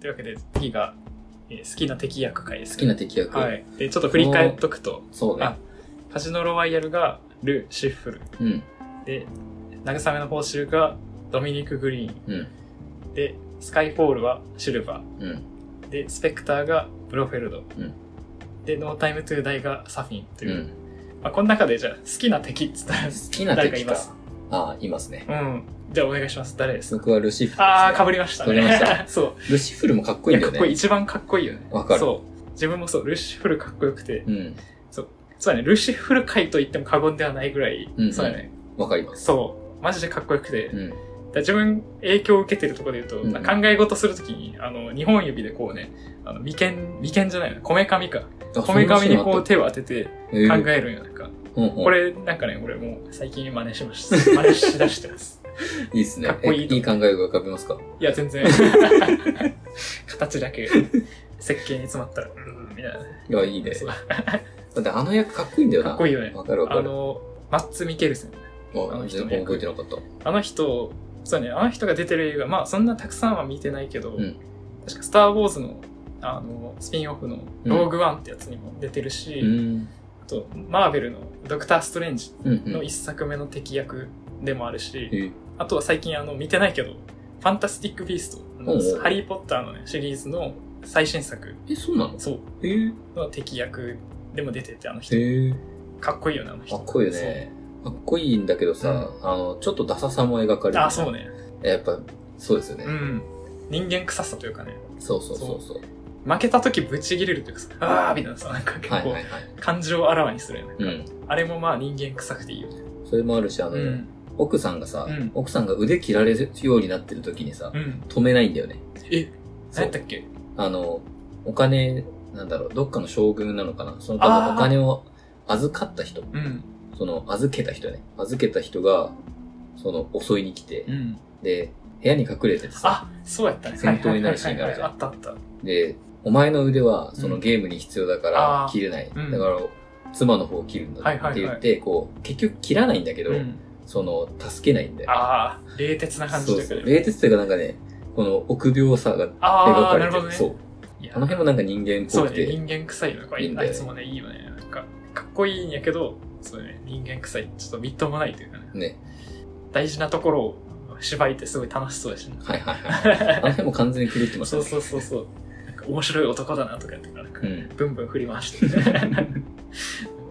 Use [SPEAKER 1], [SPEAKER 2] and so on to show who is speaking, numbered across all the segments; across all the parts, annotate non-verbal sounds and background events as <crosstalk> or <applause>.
[SPEAKER 1] というわけで、次が、えー好きな敵役会です
[SPEAKER 2] 好
[SPEAKER 1] ね、
[SPEAKER 2] きな敵役。
[SPEAKER 1] はい。で、ちょっと振り返っとくと、
[SPEAKER 2] そうね
[SPEAKER 1] あ。カジノロワイヤルがル・シッフル。
[SPEAKER 2] うん。
[SPEAKER 1] で、慰めの報酬がドミニク・グリー
[SPEAKER 2] うん。
[SPEAKER 1] ン。で、スカイフォールはシルバ
[SPEAKER 2] うん。
[SPEAKER 1] ー。で、スペクターがブロフェルド。
[SPEAKER 2] うん
[SPEAKER 1] で、ノータイム・トゥ・ダイがサフィンと
[SPEAKER 2] う
[SPEAKER 1] いう。
[SPEAKER 2] ん。
[SPEAKER 1] まあ、この中でじゃあ、好きな敵っつったら、
[SPEAKER 2] 好きな
[SPEAKER 1] 誰かい
[SPEAKER 2] 敵
[SPEAKER 1] ま
[SPEAKER 2] か
[SPEAKER 1] す。
[SPEAKER 2] ああ、いますね。
[SPEAKER 1] うん。じゃあお願いします。誰ですか
[SPEAKER 2] 僕はルシフルですね。
[SPEAKER 1] あー、被りましたね。
[SPEAKER 2] 被りま
[SPEAKER 1] <laughs>
[SPEAKER 2] し
[SPEAKER 1] そう。
[SPEAKER 2] ルシフルもかっこ
[SPEAKER 1] い
[SPEAKER 2] いい
[SPEAKER 1] や、
[SPEAKER 2] ん
[SPEAKER 1] かっ
[SPEAKER 2] だよね。
[SPEAKER 1] こいい。一番かっこいいよね。
[SPEAKER 2] わかる
[SPEAKER 1] そう。自分もそう、ルシフルかっこよくて。
[SPEAKER 2] うん。
[SPEAKER 1] そうだね、ルシフル界と言っても過言ではないぐらい、
[SPEAKER 2] うん
[SPEAKER 1] そうだね。
[SPEAKER 2] わかります。
[SPEAKER 1] そう。マジでかっこよくて。だ
[SPEAKER 2] う
[SPEAKER 1] か
[SPEAKER 2] ん。
[SPEAKER 1] ら自分、影響を受けてるところで言うと、
[SPEAKER 2] うん
[SPEAKER 1] 考え事するときに、あの、二本指でこうね、あの、眉間、眉間じゃないの、こめかみか。こめかみにこう手を当てて
[SPEAKER 2] う
[SPEAKER 1] 考
[SPEAKER 2] んなのあった、
[SPEAKER 1] えるんよ、なんか。
[SPEAKER 2] えーうんうん
[SPEAKER 1] これ、なんかね、俺もう最近真似しま
[SPEAKER 2] <laughs>
[SPEAKER 1] した。真似しだしてます。
[SPEAKER 2] いいですね。
[SPEAKER 1] かっこいいと
[SPEAKER 2] えいい考えが浮かびますか
[SPEAKER 1] いや、
[SPEAKER 2] <laughs>
[SPEAKER 1] 全然。形だけ、設計に詰まったら、うーん、みたいな。
[SPEAKER 2] いや、いいね。
[SPEAKER 1] そう
[SPEAKER 2] だってあの役かっこいいんだよな。
[SPEAKER 1] かっこいいよね
[SPEAKER 2] わかるわか
[SPEAKER 1] あ
[SPEAKER 2] る。
[SPEAKER 1] の、マッツ・ミケルセン。
[SPEAKER 2] あ
[SPEAKER 1] あの人
[SPEAKER 2] 全
[SPEAKER 1] の
[SPEAKER 2] 然
[SPEAKER 1] 役
[SPEAKER 2] 覚えてなかった。
[SPEAKER 1] あの人、そうね、あの人が出てる映画、まあそんなたくさんは見てないけど、
[SPEAKER 2] うん
[SPEAKER 1] 確かスター・ウォーズの、あの、スピンオフのローグ・ワンってやつにも出てるし、
[SPEAKER 2] うん。
[SPEAKER 1] あと、マーベルのドクター・ストレンジ
[SPEAKER 2] うんう
[SPEAKER 1] の
[SPEAKER 2] ん。
[SPEAKER 1] 一作目の敵役でもあるし、
[SPEAKER 2] えー
[SPEAKER 1] あとは最近あの、見てないけど、ファンタスティック・ビースト、あの
[SPEAKER 2] おうおう
[SPEAKER 1] ハリー・ポッターのね、シリーズの最新作、
[SPEAKER 2] え、そうなの
[SPEAKER 1] そう、
[SPEAKER 2] えー
[SPEAKER 1] の敵役でも出てて、あの人、
[SPEAKER 2] えー
[SPEAKER 1] かっこいいよね、あの人。
[SPEAKER 2] かっこいいよね。かっこいいんだけどさ、あの、ちょっとダサさも描か
[SPEAKER 1] そう。
[SPEAKER 2] れる。
[SPEAKER 1] あ、そうね。
[SPEAKER 2] やっぱ、そうですよ
[SPEAKER 1] う
[SPEAKER 2] ね。
[SPEAKER 1] ん。人間臭さというかね、
[SPEAKER 2] そうそうそうそう。
[SPEAKER 1] 負けた時ぶち切れるというかさ、あーみたいなさ、なんか結
[SPEAKER 2] はいは
[SPEAKER 1] 構
[SPEAKER 2] いはい。
[SPEAKER 1] 感情をあらわにするよね。
[SPEAKER 2] うん。
[SPEAKER 1] あれもまあ人間臭くていいよね。
[SPEAKER 2] それもあるし、あの、
[SPEAKER 1] うん。
[SPEAKER 2] 奥さんがさ、
[SPEAKER 1] うん
[SPEAKER 2] 奥さんが腕切られるようになってる時にさ、
[SPEAKER 1] うん。
[SPEAKER 2] 止めないんだよね。
[SPEAKER 1] え、
[SPEAKER 2] そ
[SPEAKER 1] 何
[SPEAKER 2] う
[SPEAKER 1] やったっけ
[SPEAKER 2] あの、お金、なんだろう、どっかの将軍なのかなその多
[SPEAKER 1] あー
[SPEAKER 2] 分お金を預かった人、
[SPEAKER 1] うん。
[SPEAKER 2] その預けた人ね。預けた人が、その襲いに来て、
[SPEAKER 1] うん。
[SPEAKER 2] で、部屋に隠れててさ、
[SPEAKER 1] あ、そうやったね。
[SPEAKER 2] 戦闘になるシーンがあるじゃん
[SPEAKER 1] はいはいはいはいあったあっ
[SPEAKER 2] で、お前の腕はそうの
[SPEAKER 1] ん
[SPEAKER 2] ゲームに必要だか
[SPEAKER 1] あ
[SPEAKER 2] ら
[SPEAKER 1] ー
[SPEAKER 2] 切れない。
[SPEAKER 1] うん
[SPEAKER 2] だから、妻の方を切るんだ
[SPEAKER 1] はいはいは
[SPEAKER 2] っ
[SPEAKER 1] い
[SPEAKER 2] て言って、こう、結局切らないんだけ
[SPEAKER 1] た。
[SPEAKER 2] ど、
[SPEAKER 1] うん。
[SPEAKER 2] その、助けないんだよ。
[SPEAKER 1] ああ、冷徹な感じ
[SPEAKER 2] そう
[SPEAKER 1] という
[SPEAKER 2] そ
[SPEAKER 1] か
[SPEAKER 2] う。
[SPEAKER 1] ね。
[SPEAKER 2] 冷徹というかなんかね、この臆病さが
[SPEAKER 1] あ
[SPEAKER 2] 描
[SPEAKER 1] あ、な
[SPEAKER 2] かれ
[SPEAKER 1] る
[SPEAKER 2] て
[SPEAKER 1] ほど
[SPEAKER 2] る。
[SPEAKER 1] ね。
[SPEAKER 2] そう。
[SPEAKER 1] いや
[SPEAKER 2] あの辺もなんか人間っ
[SPEAKER 1] そ
[SPEAKER 2] ぽ
[SPEAKER 1] う
[SPEAKER 2] く
[SPEAKER 1] だね。
[SPEAKER 2] て。
[SPEAKER 1] 人間臭いのが
[SPEAKER 2] いいん
[SPEAKER 1] あ
[SPEAKER 2] だよね
[SPEAKER 1] いつもね、いいよね。なんか、かっこいいんやけど、そうね、人間臭い。ちょっとみっともないというかね。
[SPEAKER 2] ね。
[SPEAKER 1] 大事なところを芝居ってすごい楽しそうだしね。
[SPEAKER 2] はいはいはい。あの辺も完全に狂ってまし
[SPEAKER 1] そ
[SPEAKER 2] た
[SPEAKER 1] う
[SPEAKER 2] ね。
[SPEAKER 1] そうそうそう。なんか面白い男だなとか言ってなんか、
[SPEAKER 2] うん。
[SPEAKER 1] ブンブン振り回して。なん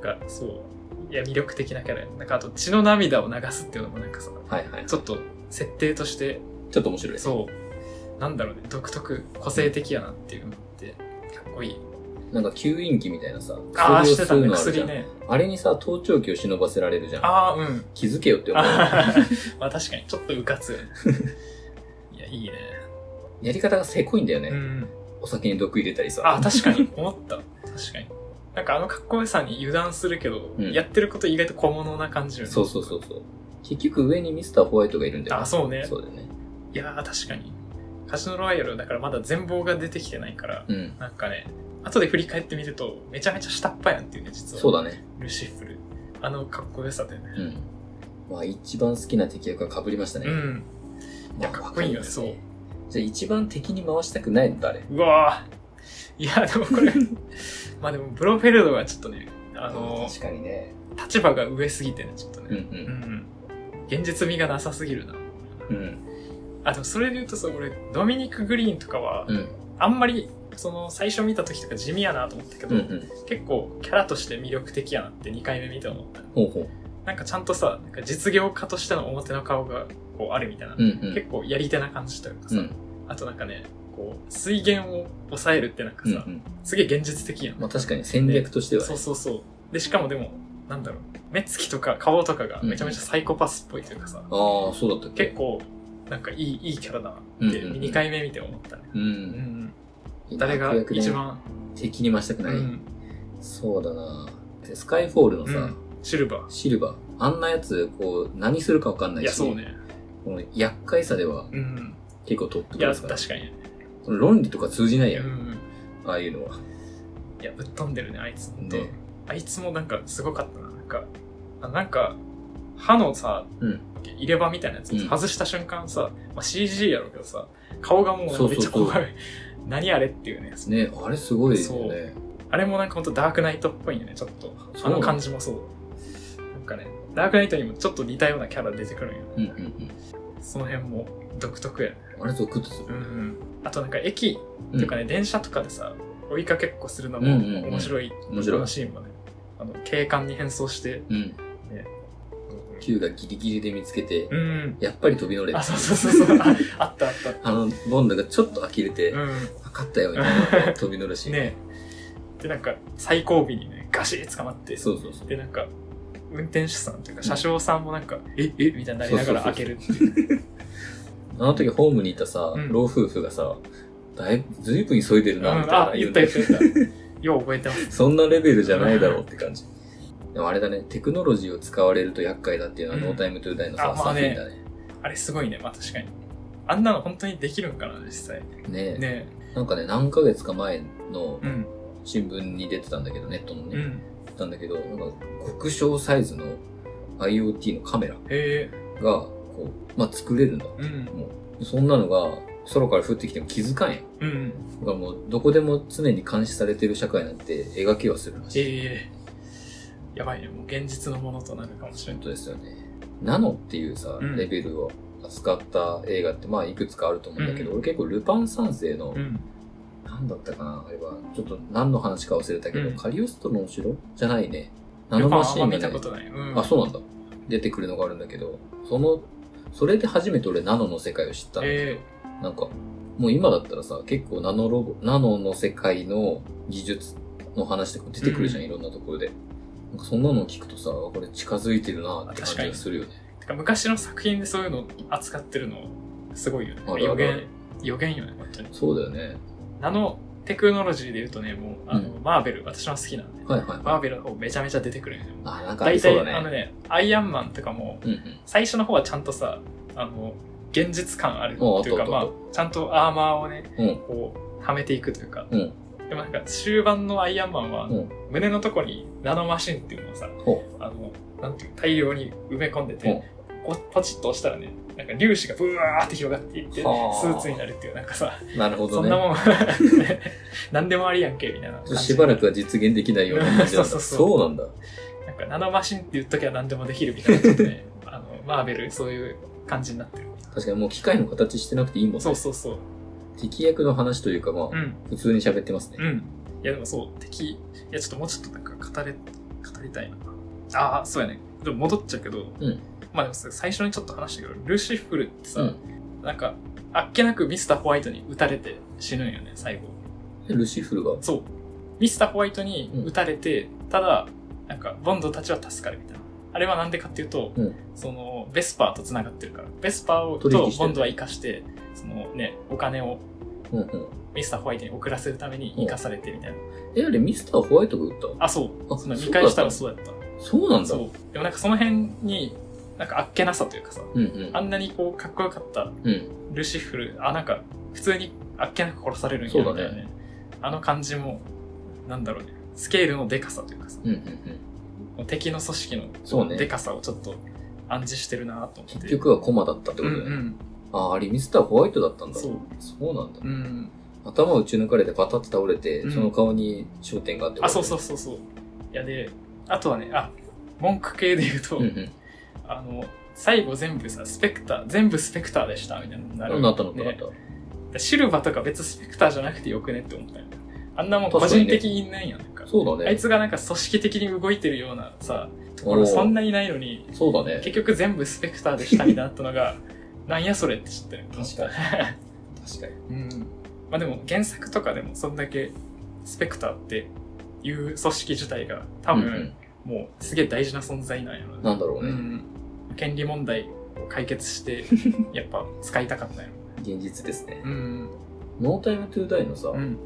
[SPEAKER 1] か、そう。いや、魅力的なキャラ。なんか、あと、血の涙を流すっていうのもなんかさ、
[SPEAKER 2] はいはい。
[SPEAKER 1] ちょっと、設定として、
[SPEAKER 2] ちょっと面白いです。
[SPEAKER 1] そう、なんだろうね、独特、個性的やなっていうのって、かっこいい。
[SPEAKER 2] なんか吸引器みたいなさ、
[SPEAKER 1] ああ、してた
[SPEAKER 2] 薬を吸
[SPEAKER 1] ね、薬
[SPEAKER 2] うのあるじゃん。
[SPEAKER 1] ね。
[SPEAKER 2] あれにさ、盗聴器を忍ばせられるじゃん。
[SPEAKER 1] ああ、 <laughs> うん。
[SPEAKER 2] 気づけよって思う。
[SPEAKER 1] あーまあ、確かに、ちょっとうかつよね。いや、いいね。
[SPEAKER 2] やり方がせこいんだよ
[SPEAKER 1] う
[SPEAKER 2] ね。
[SPEAKER 1] ん。
[SPEAKER 2] お酒に毒入れたりさ。
[SPEAKER 1] あ、確かに、思った。確かに。なんかあのかっこよさに油断するけど、
[SPEAKER 2] うん
[SPEAKER 1] やってること意外と小物な感じよね。
[SPEAKER 2] そうそうそうそう。結局上にミスターホワイトがいるんだよね。
[SPEAKER 1] あ、そうね。
[SPEAKER 2] そうだよね。
[SPEAKER 1] いやー、確かに。カジノロワイヤルだからまだ全貌が出てきてないから、
[SPEAKER 2] うん。
[SPEAKER 1] なんかね、後で振り返ってみると、めちゃめちゃ下っ端やんっていうね、実は。
[SPEAKER 2] そうだね。
[SPEAKER 1] ルシフル。あのかっこよさでね。
[SPEAKER 2] うん。まあ一番好きな敵役が被りましたね。
[SPEAKER 1] うん。いや
[SPEAKER 2] まあ
[SPEAKER 1] かっこいいよね
[SPEAKER 2] わかりますじゃあ一番敵に回したくないの誰
[SPEAKER 1] うわーいや、でもこれ、 <laughs> まあでも、ブロフェルドはちょっとね、あのー
[SPEAKER 2] 確かにね。
[SPEAKER 1] 立場が上すぎてね、ちょっと
[SPEAKER 2] うん
[SPEAKER 1] ね。うん。現実味がなさすぎるな。
[SPEAKER 2] うん。うん。
[SPEAKER 1] あ、でもそれで言うとさ、俺、ドミニク・グリーンとかは、
[SPEAKER 2] うん。
[SPEAKER 1] あんまり、その、最初見た時とか地味やなと思ったけど、
[SPEAKER 2] うんうん。
[SPEAKER 1] 結構キャラとして魅力的やなって2回目見て思った
[SPEAKER 2] ほうほう。
[SPEAKER 1] なんかちゃんとさなんか実業家としての表の顔がこうあるみたいな、
[SPEAKER 2] うんうん。
[SPEAKER 1] 結構やり手な感じというかさ、
[SPEAKER 2] うん
[SPEAKER 1] あとなんかねこう水源を抑えるってなんか
[SPEAKER 2] うんう
[SPEAKER 1] さ、
[SPEAKER 2] ん。
[SPEAKER 1] すげえ現実的やん、
[SPEAKER 2] まあ確かに戦略としてはね
[SPEAKER 1] そうそうそうでしかもでもなんだろう目つきとか顔とかがめちゃめちゃサイコパスっぽいというかさ、
[SPEAKER 2] ああ、そうだったっけ
[SPEAKER 1] 結構なんかいいいいキャラだなって
[SPEAKER 2] うんうんうん
[SPEAKER 1] 2回目見て思ったね、
[SPEAKER 2] う
[SPEAKER 1] うん
[SPEAKER 2] ん。
[SPEAKER 1] 誰が
[SPEAKER 2] 悪役ね
[SPEAKER 1] 一番、
[SPEAKER 2] 敵に回したくない。
[SPEAKER 1] うん
[SPEAKER 2] そうだなでスカイフォールのさ、
[SPEAKER 1] うんシルバ
[SPEAKER 2] シルバー。あんなやつ、こう、何するかわかんな
[SPEAKER 1] ーい
[SPEAKER 2] いし。
[SPEAKER 1] やそうね
[SPEAKER 2] この厄介さでは
[SPEAKER 1] うん
[SPEAKER 2] 結構トップ
[SPEAKER 1] い
[SPEAKER 2] ク
[SPEAKER 1] や
[SPEAKER 2] ラスか
[SPEAKER 1] 確
[SPEAKER 2] ら。
[SPEAKER 1] かにね
[SPEAKER 2] その論理とか通じないや。
[SPEAKER 1] うんん
[SPEAKER 2] ああいうのは。
[SPEAKER 1] いやぶっ飛んでるねあいつ本当、
[SPEAKER 2] ね
[SPEAKER 1] あいつもなんかすごかったななんかあなんか歯のさ、
[SPEAKER 2] うん
[SPEAKER 1] 入れ歯みたいなやつ
[SPEAKER 2] うん
[SPEAKER 1] 外した瞬間さ、まあ、CG やろうけどさ顔がもうなんか
[SPEAKER 2] そう
[SPEAKER 1] めっ
[SPEAKER 2] そう
[SPEAKER 1] ちゃ
[SPEAKER 2] そう
[SPEAKER 1] 怖い何あれっていうね。
[SPEAKER 2] ね、あれすごいよね。
[SPEAKER 1] あれもなんかほんとダークナイトっぽいよね、ちょっと。
[SPEAKER 2] そ
[SPEAKER 1] あ
[SPEAKER 2] う
[SPEAKER 1] の感じもそう。なんかね、ダークナイトにもちょっと似たようなキャラ出てくるんよ。
[SPEAKER 2] うんうんうん。
[SPEAKER 1] その辺も独特やね。
[SPEAKER 2] あれゾクッとする。
[SPEAKER 1] うん。あとなんか駅とかね、電車とかでさ、追いかけっこするの
[SPEAKER 2] う
[SPEAKER 1] も
[SPEAKER 2] んうんうん
[SPEAKER 1] 面白い。
[SPEAKER 2] 面白い
[SPEAKER 1] このシーンもね、あの、警官に変装して。
[SPEAKER 2] うん。Q がギリギリで見つけて、
[SPEAKER 1] うん。
[SPEAKER 2] やっぱり飛び乗れ
[SPEAKER 1] あ、そうそうそう
[SPEAKER 2] <laughs>
[SPEAKER 1] そう。ああったあった。
[SPEAKER 2] あの、ボンドがちょっと呆れて、
[SPEAKER 1] う
[SPEAKER 2] 分かったよ、みたいな飛び乗るし。
[SPEAKER 1] ん。ねで、なんか、最後尾にね、ガシッ捕まって。
[SPEAKER 2] そうそうそう。
[SPEAKER 1] で、なんか、運転手さんというか、車掌さんもなんか、え、えみたいになりながら
[SPEAKER 2] そ
[SPEAKER 1] 開
[SPEAKER 2] うそ
[SPEAKER 1] け
[SPEAKER 2] うそう
[SPEAKER 1] るっていう。
[SPEAKER 2] あの時ホームにいたさ、
[SPEAKER 1] うん
[SPEAKER 2] 老夫婦がさ、だいぶ、ずいぶん急いでる
[SPEAKER 1] うん
[SPEAKER 2] な、みたいな
[SPEAKER 1] あ、言った言った
[SPEAKER 2] よね
[SPEAKER 1] 言った。よう覚えてます。
[SPEAKER 2] そんなレベルじゃないだろうって感じ。でもあれだね、テクノロジーを使われると厄介だっていうのは、
[SPEAKER 1] うん
[SPEAKER 2] ノータイムトゥーダイのさ、
[SPEAKER 1] あまあ
[SPEAKER 2] 作
[SPEAKER 1] ね
[SPEAKER 2] 品だね。
[SPEAKER 1] あれすごいね、まあ確かに。あんなの本当にできるんかな、実際。
[SPEAKER 2] ねえ
[SPEAKER 1] ね
[SPEAKER 2] なんかね、何ヶ月か前の
[SPEAKER 1] うん。
[SPEAKER 2] 新聞に出てたんだけど、ネットのね、
[SPEAKER 1] う
[SPEAKER 2] 出て
[SPEAKER 1] ん。
[SPEAKER 2] たんだけど、なんか、極小サイズの IoT のカメラが、
[SPEAKER 1] へえ。
[SPEAKER 2] こう、まあ、作れるんだ。
[SPEAKER 1] うん。
[SPEAKER 2] もう、そんなのが、空から降ってきても気づかんやん。
[SPEAKER 1] うん。
[SPEAKER 2] だからもう、どこでも常に監視されてる社会なんて描きはするらしい。
[SPEAKER 1] ええやばいね、もう現実のものとなるかもしれ
[SPEAKER 2] 本
[SPEAKER 1] ない。
[SPEAKER 2] 当ですよね。ナノっていうさ
[SPEAKER 1] う、ん
[SPEAKER 2] レベルを扱った映画って、まあ、いくつかあると思うんだけど、俺結構ルパン三世の
[SPEAKER 1] う、ん。
[SPEAKER 2] なんだったかな、あれは、ちょっと何の話か忘れたけど、
[SPEAKER 1] うん
[SPEAKER 2] カリオストロの城じゃないね。ナ
[SPEAKER 1] ル
[SPEAKER 2] ノ
[SPEAKER 1] パンは
[SPEAKER 2] マ
[SPEAKER 1] あ
[SPEAKER 2] シ
[SPEAKER 1] ん
[SPEAKER 2] ー
[SPEAKER 1] ま
[SPEAKER 2] ンが
[SPEAKER 1] 見
[SPEAKER 2] ね
[SPEAKER 1] たことない。うん。
[SPEAKER 2] あ、そうなんだ。出てくるのがあるんだけど、その、それで初めて俺ナノの世界を知ったんだけど、
[SPEAKER 1] え
[SPEAKER 2] なんか、もう今だったらさ、結構ナノロボ、ナノの世界の技術の話とか出てくるじゃん、
[SPEAKER 1] う
[SPEAKER 2] いろんなところで。なんかそんなの聞くとさ、これ近づいてるなって感
[SPEAKER 1] 確
[SPEAKER 2] じ
[SPEAKER 1] か
[SPEAKER 2] が
[SPEAKER 1] に
[SPEAKER 2] するよね。
[SPEAKER 1] えてか昔の作品でそういうの扱ってるの、すごいよね
[SPEAKER 2] あるあ。る
[SPEAKER 1] 予言、予言よね、本当に。
[SPEAKER 2] そうだよね。
[SPEAKER 1] ナノテクノロジーで言うとね、もう、あの、マーベル、私も好きなんで、
[SPEAKER 2] はいはいはい。
[SPEAKER 1] マーベルの方めちゃめちゃ出てくるよね。
[SPEAKER 2] あ、なんかあ
[SPEAKER 1] 大
[SPEAKER 2] りそう
[SPEAKER 1] 体、
[SPEAKER 2] だ
[SPEAKER 1] あの
[SPEAKER 2] ね。
[SPEAKER 1] ね、アイアンマンとかも、
[SPEAKER 2] うんうん。
[SPEAKER 1] 最初の方はちゃんとさ、あの、現実感ある
[SPEAKER 2] おう
[SPEAKER 1] というか、
[SPEAKER 2] あったあ
[SPEAKER 1] ま
[SPEAKER 2] った
[SPEAKER 1] あ、ちゃんとアーマーをね、
[SPEAKER 2] うん
[SPEAKER 1] こう、はめていくというか、
[SPEAKER 2] うん
[SPEAKER 1] でもなんか、終盤のアイアンマンは、
[SPEAKER 2] うん
[SPEAKER 1] 胸のとこにナノマシンっていうのをさ、
[SPEAKER 2] ほ
[SPEAKER 1] あの、なんていうの大量に埋め込んで
[SPEAKER 2] うん
[SPEAKER 1] て、こうポチッと押したらね、なんか粒子がブワーって広がっていって、ス
[SPEAKER 2] はあ
[SPEAKER 1] ーツになるっていう、なんかさ、
[SPEAKER 2] なるほど
[SPEAKER 1] そ
[SPEAKER 2] ね。
[SPEAKER 1] んなもん、 <laughs> なんでもありやんけ、みたいな感じ。
[SPEAKER 2] しばらくは実現できないような感じな
[SPEAKER 1] <laughs> そ
[SPEAKER 2] んだ。
[SPEAKER 1] うそうそう
[SPEAKER 2] そうなんだ。
[SPEAKER 1] なんかナノマシンって言っときゃ何でもできるみたいな、ちょっとね、あの、マーベル、そういう感じになってる。
[SPEAKER 2] 確かにもう機械の形してなくていいもん
[SPEAKER 1] そ
[SPEAKER 2] ね
[SPEAKER 1] う。そうそう。
[SPEAKER 2] 敵役の話というか、まあ、
[SPEAKER 1] うん。
[SPEAKER 2] 普通に喋ってますね。
[SPEAKER 1] うん。いや、でもそう、敵、いや、ちょっともうちょっとなんか語れ、語りたいな。ああ、そうやね。でも戻っちゃうけど、
[SPEAKER 2] うん
[SPEAKER 1] まあでもさ最初にちょっと話したけど、ルシフルってさ、
[SPEAKER 2] うん
[SPEAKER 1] なんか、あっけなくミスターホワイトに撃たれて死ぬんよね、最後。
[SPEAKER 2] でルシフルが、
[SPEAKER 1] そう。ミスターホワイトに撃たれて、ただ、なんか、ボンドたちは助かるみたいな。あれはなんでかっていうと、
[SPEAKER 2] うん
[SPEAKER 1] その、ベスパーと繋がってるから。ベスパーを
[SPEAKER 2] 取引
[SPEAKER 1] と
[SPEAKER 2] してる
[SPEAKER 1] ボンドは生かして、そのね、お金を
[SPEAKER 2] うんうん。
[SPEAKER 1] ミスターホワイトに送らせるために生かされてみたいな。
[SPEAKER 2] え、あれミスターホワイトが撃った
[SPEAKER 1] あ、そう。
[SPEAKER 2] あ
[SPEAKER 1] その
[SPEAKER 2] そう
[SPEAKER 1] 見返したらそうだった。
[SPEAKER 2] そうなんだ。う
[SPEAKER 1] そう。でもなんかその辺に、なんかあっけなさというかさ、
[SPEAKER 2] んうん
[SPEAKER 1] あ。んなにこうかっこよかった
[SPEAKER 2] うん。
[SPEAKER 1] ルシフル、あ、なんか普通にあっけなく殺されるんや
[SPEAKER 2] そ
[SPEAKER 1] み
[SPEAKER 2] う
[SPEAKER 1] た
[SPEAKER 2] だ
[SPEAKER 1] い
[SPEAKER 2] ね
[SPEAKER 1] なね。あの感じも、なんだろうね。スケールのデカさというかさ、
[SPEAKER 2] うんうんうん。
[SPEAKER 1] 敵の組織の
[SPEAKER 2] そうね
[SPEAKER 1] デカさをちょっと暗示してるなと思って。
[SPEAKER 2] 結局はコマだったって
[SPEAKER 1] う
[SPEAKER 2] こ
[SPEAKER 1] ん
[SPEAKER 2] と
[SPEAKER 1] う
[SPEAKER 2] だよね。
[SPEAKER 1] ん。
[SPEAKER 2] あ、あれミスターホワイトだったんだ。
[SPEAKER 1] そう。
[SPEAKER 2] そうなんだ
[SPEAKER 1] う。ん。
[SPEAKER 2] 頭打ち抜かれてパタって倒れて、
[SPEAKER 1] うん
[SPEAKER 2] その顔に焦点があって。
[SPEAKER 1] あ、そうそうそうそう。いやで、あとはね、あ、文句系で言うと、
[SPEAKER 2] うんうん。
[SPEAKER 1] あの、最後全部さ、スペクター、全部スペクターでした、みたいになる。
[SPEAKER 2] なったのかなっ
[SPEAKER 1] ね
[SPEAKER 2] た。
[SPEAKER 1] シルバとか別スペクターじゃなくてよくねって思ったよね。あんなもん個
[SPEAKER 2] 確かに
[SPEAKER 1] 人
[SPEAKER 2] ね
[SPEAKER 1] 的にいないやん。なんか
[SPEAKER 2] そうだ
[SPEAKER 1] あい
[SPEAKER 2] ね。
[SPEAKER 1] つがなんか組織的に動いてるようなさ、とこ
[SPEAKER 2] おー
[SPEAKER 1] ろそんなにないのに、
[SPEAKER 2] そうだね。
[SPEAKER 1] 結局全部スペクターでしたみたいになったのが、
[SPEAKER 2] <laughs>
[SPEAKER 1] なんやそれって知ってる。
[SPEAKER 2] 確かに。確かに。
[SPEAKER 1] うん。まあでも原作とかでもそんだけスペクターっていう組織自体が多
[SPEAKER 2] うんう
[SPEAKER 1] 分
[SPEAKER 2] ん
[SPEAKER 1] もうすげえ大事な存在なんやろな
[SPEAKER 2] なんだろう
[SPEAKER 1] う
[SPEAKER 2] ね。
[SPEAKER 1] ん、権利問題を解決して
[SPEAKER 2] <laughs>
[SPEAKER 1] やっぱ使いたかったよ、
[SPEAKER 2] 現実ですね。
[SPEAKER 1] うん
[SPEAKER 2] ノータイムトゥーダイのさ
[SPEAKER 1] う、ん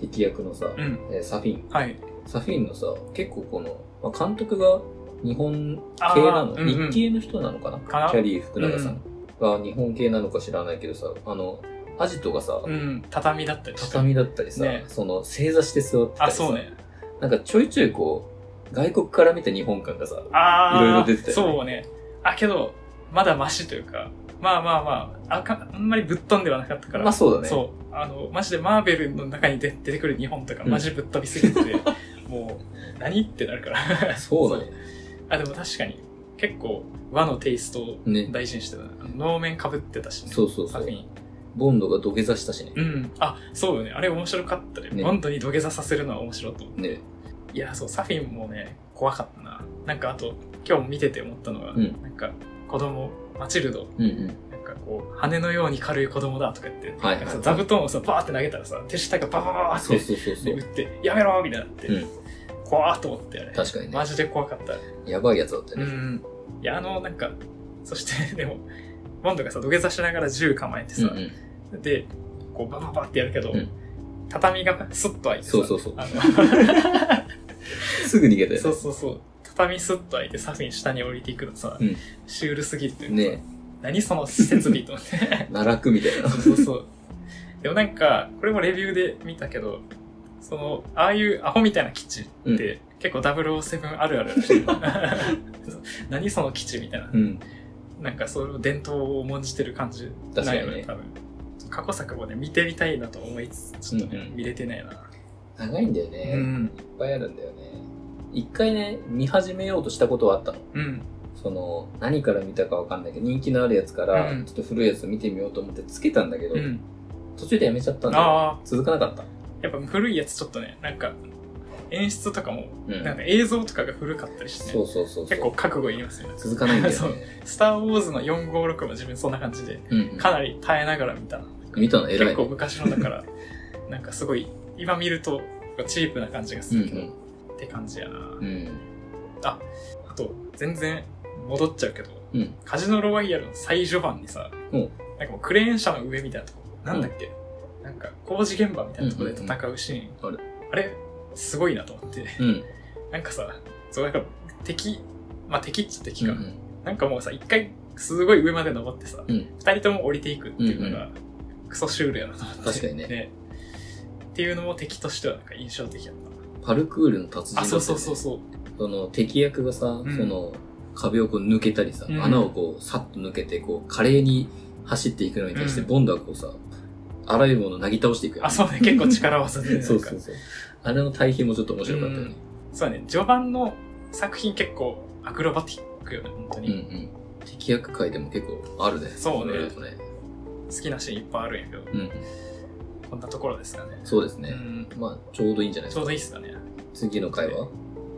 [SPEAKER 2] 敵役のさ、
[SPEAKER 1] うん
[SPEAKER 2] えーサフィン。
[SPEAKER 1] はい
[SPEAKER 2] サフィンのさ、結構この、まあ、監督が日本
[SPEAKER 1] あ
[SPEAKER 2] 系
[SPEAKER 1] ー
[SPEAKER 2] なの、
[SPEAKER 1] うんうん
[SPEAKER 2] 日系の人なのかな
[SPEAKER 1] かな
[SPEAKER 2] キャリー福永さんが日本系なのか知らないけどさ、あの、アジトがさ、
[SPEAKER 1] うん畳だったりして
[SPEAKER 2] 畳だったりさ、
[SPEAKER 1] ね
[SPEAKER 2] その正座して座ってた
[SPEAKER 1] あ
[SPEAKER 2] りさ、
[SPEAKER 1] そうね
[SPEAKER 2] なんかちょいちょいこう、外国から見た日本感がさ、
[SPEAKER 1] ああ
[SPEAKER 2] いろいろ出てたよね
[SPEAKER 1] そうねあけどまだマシというか、まあまあまあ、あかあんまりぶっ飛んではなかったから、
[SPEAKER 2] まあそうだね。
[SPEAKER 1] そう。あの、マジでマーベルの中に出出てくる日本とか、
[SPEAKER 2] うん
[SPEAKER 1] マジぶっ飛びすぎてて、 <laughs> もう、何ってなるから。 <laughs>
[SPEAKER 2] そうなんや。
[SPEAKER 1] あ、でも確かに、結構和のテイストを
[SPEAKER 2] ね
[SPEAKER 1] 大事にしてたな。あの能面被ってたしね。
[SPEAKER 2] そうそうそ
[SPEAKER 1] 作
[SPEAKER 2] う。
[SPEAKER 1] 品。
[SPEAKER 2] ボンドが土下座したしね。
[SPEAKER 1] うん。あ、そうよね。あれ面白かったね。
[SPEAKER 2] ね
[SPEAKER 1] ボンドに土下座させるのは面白いと思う。
[SPEAKER 2] ね。
[SPEAKER 1] いや、そう、サフィンもね、怖かったな。なんかあと、今日も見てて思ったのが、
[SPEAKER 2] うん
[SPEAKER 1] なんか、子供、マチルド、
[SPEAKER 2] うんう
[SPEAKER 1] な
[SPEAKER 2] ん。
[SPEAKER 1] んかこう、羽のように軽い子供だとか言って、
[SPEAKER 2] はいは
[SPEAKER 1] なん
[SPEAKER 2] い
[SPEAKER 1] かさ座布団をさ、バーって投げたらさ、手下がババババーって
[SPEAKER 2] そうそうそうそ
[SPEAKER 1] で
[SPEAKER 2] う
[SPEAKER 1] 打っ。て、やめろみたいになって、
[SPEAKER 2] うん
[SPEAKER 1] 怖ーっと思ってあれ。
[SPEAKER 2] 確かにね
[SPEAKER 1] マ。ジで怖かった。
[SPEAKER 2] やばいやつだった
[SPEAKER 1] う
[SPEAKER 2] ね。
[SPEAKER 1] ん。いや、あの、なんか、そして、 <laughs> でも、ボンドがさ、土下座しながら銃構えて
[SPEAKER 2] うん
[SPEAKER 1] さ、
[SPEAKER 2] うん。
[SPEAKER 1] で、こう、バババってやるけど、
[SPEAKER 2] うん
[SPEAKER 1] 畳がスッと開いてさ、
[SPEAKER 2] そうそうそう
[SPEAKER 1] あの
[SPEAKER 2] すぐ逃げたよ
[SPEAKER 1] そ
[SPEAKER 2] ね
[SPEAKER 1] う。そうそう。畳スッと開いてサフィン下に降りていくのさ、
[SPEAKER 2] うん
[SPEAKER 1] シュールすぎるというかさ
[SPEAKER 2] ね
[SPEAKER 1] 何その設備と思って。
[SPEAKER 2] 奈落みたいな。
[SPEAKER 1] そう
[SPEAKER 2] <laughs>
[SPEAKER 1] そうそう。でもなんか、これもレビューで見たけど、その、ああいうアホみたいな基地って、
[SPEAKER 2] うん
[SPEAKER 1] 結構007あるあるらしい <laughs> よそう何その基地みたいな。
[SPEAKER 2] うん。
[SPEAKER 1] なんかそういう伝統を重んじてる感じ
[SPEAKER 2] 確かにね
[SPEAKER 1] なんやろ多分。過去作もね、見てみたいなと思いつつ、ちょっとね、
[SPEAKER 2] うんうん
[SPEAKER 1] 見れてないな。
[SPEAKER 2] 長いんだよ
[SPEAKER 1] う
[SPEAKER 2] ね。いっ
[SPEAKER 1] ん。
[SPEAKER 2] ぱいあるんだよね。一回ね、見始めようとしたことはあったの。
[SPEAKER 1] うん。
[SPEAKER 2] その、何から見たかわかんないけど、人気のあるやつから
[SPEAKER 1] う、ん
[SPEAKER 2] ちょっと古いやつ見てみようと思ってつけたんだけど
[SPEAKER 1] う、ん。
[SPEAKER 2] 途中でやめちゃったんだよ。
[SPEAKER 1] ああ、
[SPEAKER 2] 続かなかった。
[SPEAKER 1] やっぱ古いやつちょっとね、なんか、演出とかも、
[SPEAKER 2] う
[SPEAKER 1] なん
[SPEAKER 2] ん。
[SPEAKER 1] か映像とかが古かったりして、
[SPEAKER 2] そ
[SPEAKER 1] ね、
[SPEAKER 2] うそうそう。
[SPEAKER 1] 結構。覚悟いりますよね。
[SPEAKER 2] 続かないんだ
[SPEAKER 1] そ
[SPEAKER 2] よ
[SPEAKER 1] う
[SPEAKER 2] ね。
[SPEAKER 1] スター・ウォーズの456も自分そんな感じで、
[SPEAKER 2] うんうん。
[SPEAKER 1] かなり耐えながら見た。
[SPEAKER 2] 見たの偉
[SPEAKER 1] 結
[SPEAKER 2] い
[SPEAKER 1] 構
[SPEAKER 2] ね。
[SPEAKER 1] 昔のだ
[SPEAKER 2] <laughs>
[SPEAKER 1] から、なんかすごい、今見るとチープな感じがす
[SPEAKER 2] うんう
[SPEAKER 1] るけど、
[SPEAKER 2] ん。
[SPEAKER 1] って感じやな。
[SPEAKER 2] うん。
[SPEAKER 1] あと、全然戻っちゃうけど、
[SPEAKER 2] うん
[SPEAKER 1] カジノロワイヤルの最序盤にさ、
[SPEAKER 2] うん
[SPEAKER 1] なんかもうクレーン車の上みたいなとこ、なんだっけ、なんか工事現場みたいなとこで戦うシーン。
[SPEAKER 2] うんうんうん
[SPEAKER 1] あれ、すごいなと思って。
[SPEAKER 2] うん。
[SPEAKER 1] なんかさ、そうなんか敵、まあ敵っちゃ敵
[SPEAKER 2] うん
[SPEAKER 1] か。
[SPEAKER 2] うん。
[SPEAKER 1] なんかもうさ、一回すごい上まで登ってさ、
[SPEAKER 2] う
[SPEAKER 1] 二、
[SPEAKER 2] ん
[SPEAKER 1] 人とも降りていくっていうのが、クソシュールやなと思って。
[SPEAKER 2] 確かにね
[SPEAKER 1] っていうのも敵としてはなんか印象的やっ
[SPEAKER 2] パルクールの達人
[SPEAKER 1] た。
[SPEAKER 2] だ
[SPEAKER 1] あ、
[SPEAKER 2] った
[SPEAKER 1] そ
[SPEAKER 2] よ
[SPEAKER 1] う
[SPEAKER 2] ね
[SPEAKER 1] そうそうそう。
[SPEAKER 2] その敵役がさ、
[SPEAKER 1] ん
[SPEAKER 2] その壁をこう抜けたりさ、
[SPEAKER 1] うん
[SPEAKER 2] 穴をこうさっと抜けて、こう華麗に走っていくのに対して、
[SPEAKER 1] うん
[SPEAKER 2] ボンドはこうさ、あらゆるものをなぎ倒していくよね
[SPEAKER 1] あ、そうね。結構力技で、ね。
[SPEAKER 2] <laughs> そう
[SPEAKER 1] なん
[SPEAKER 2] そ
[SPEAKER 1] か
[SPEAKER 2] うそう。あれの対比もちょっと面白かったよね。
[SPEAKER 1] そうだね、序盤の作品結構アクロバティックよね、本当
[SPEAKER 2] うんう
[SPEAKER 1] に。
[SPEAKER 2] ん。敵役界でも結構あるね。
[SPEAKER 1] そうね
[SPEAKER 2] れだとね。
[SPEAKER 1] 好きなシーンいっぱいあるんやけど、
[SPEAKER 2] うん。
[SPEAKER 1] こんなところですかね。
[SPEAKER 2] そうです
[SPEAKER 1] う
[SPEAKER 2] ね。
[SPEAKER 1] ん、
[SPEAKER 2] まあ、ちょうどいいんじゃないで
[SPEAKER 1] ちょう
[SPEAKER 2] すか。
[SPEAKER 1] どいいっすかね。
[SPEAKER 2] 次の回は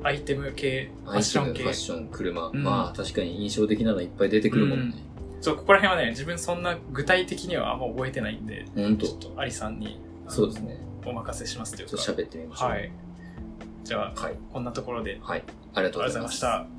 [SPEAKER 1] アイテム系、ファッション系。
[SPEAKER 2] ファッ
[SPEAKER 1] ち
[SPEAKER 2] ション、車。
[SPEAKER 1] うん
[SPEAKER 2] まあ、確かに印象的なのいっぱい出てくるもんね。
[SPEAKER 1] ょ、ここら辺はね、自分そんな具体的にはあんま覚えてないんで、
[SPEAKER 2] ほんと
[SPEAKER 1] ちょ。っとアリさんに
[SPEAKER 2] そうですね。
[SPEAKER 1] お任せしますという
[SPEAKER 2] ちょ
[SPEAKER 1] か。
[SPEAKER 2] っと喋ってみましょう。
[SPEAKER 1] はい。じゃあ、
[SPEAKER 2] はい。
[SPEAKER 1] こんなところで、
[SPEAKER 2] はい。あ
[SPEAKER 1] あり
[SPEAKER 2] りが
[SPEAKER 1] がと
[SPEAKER 2] と
[SPEAKER 1] うご
[SPEAKER 2] う
[SPEAKER 1] ざ
[SPEAKER 2] ござ
[SPEAKER 1] い
[SPEAKER 2] い
[SPEAKER 1] ま
[SPEAKER 2] ま
[SPEAKER 1] し
[SPEAKER 2] したた。。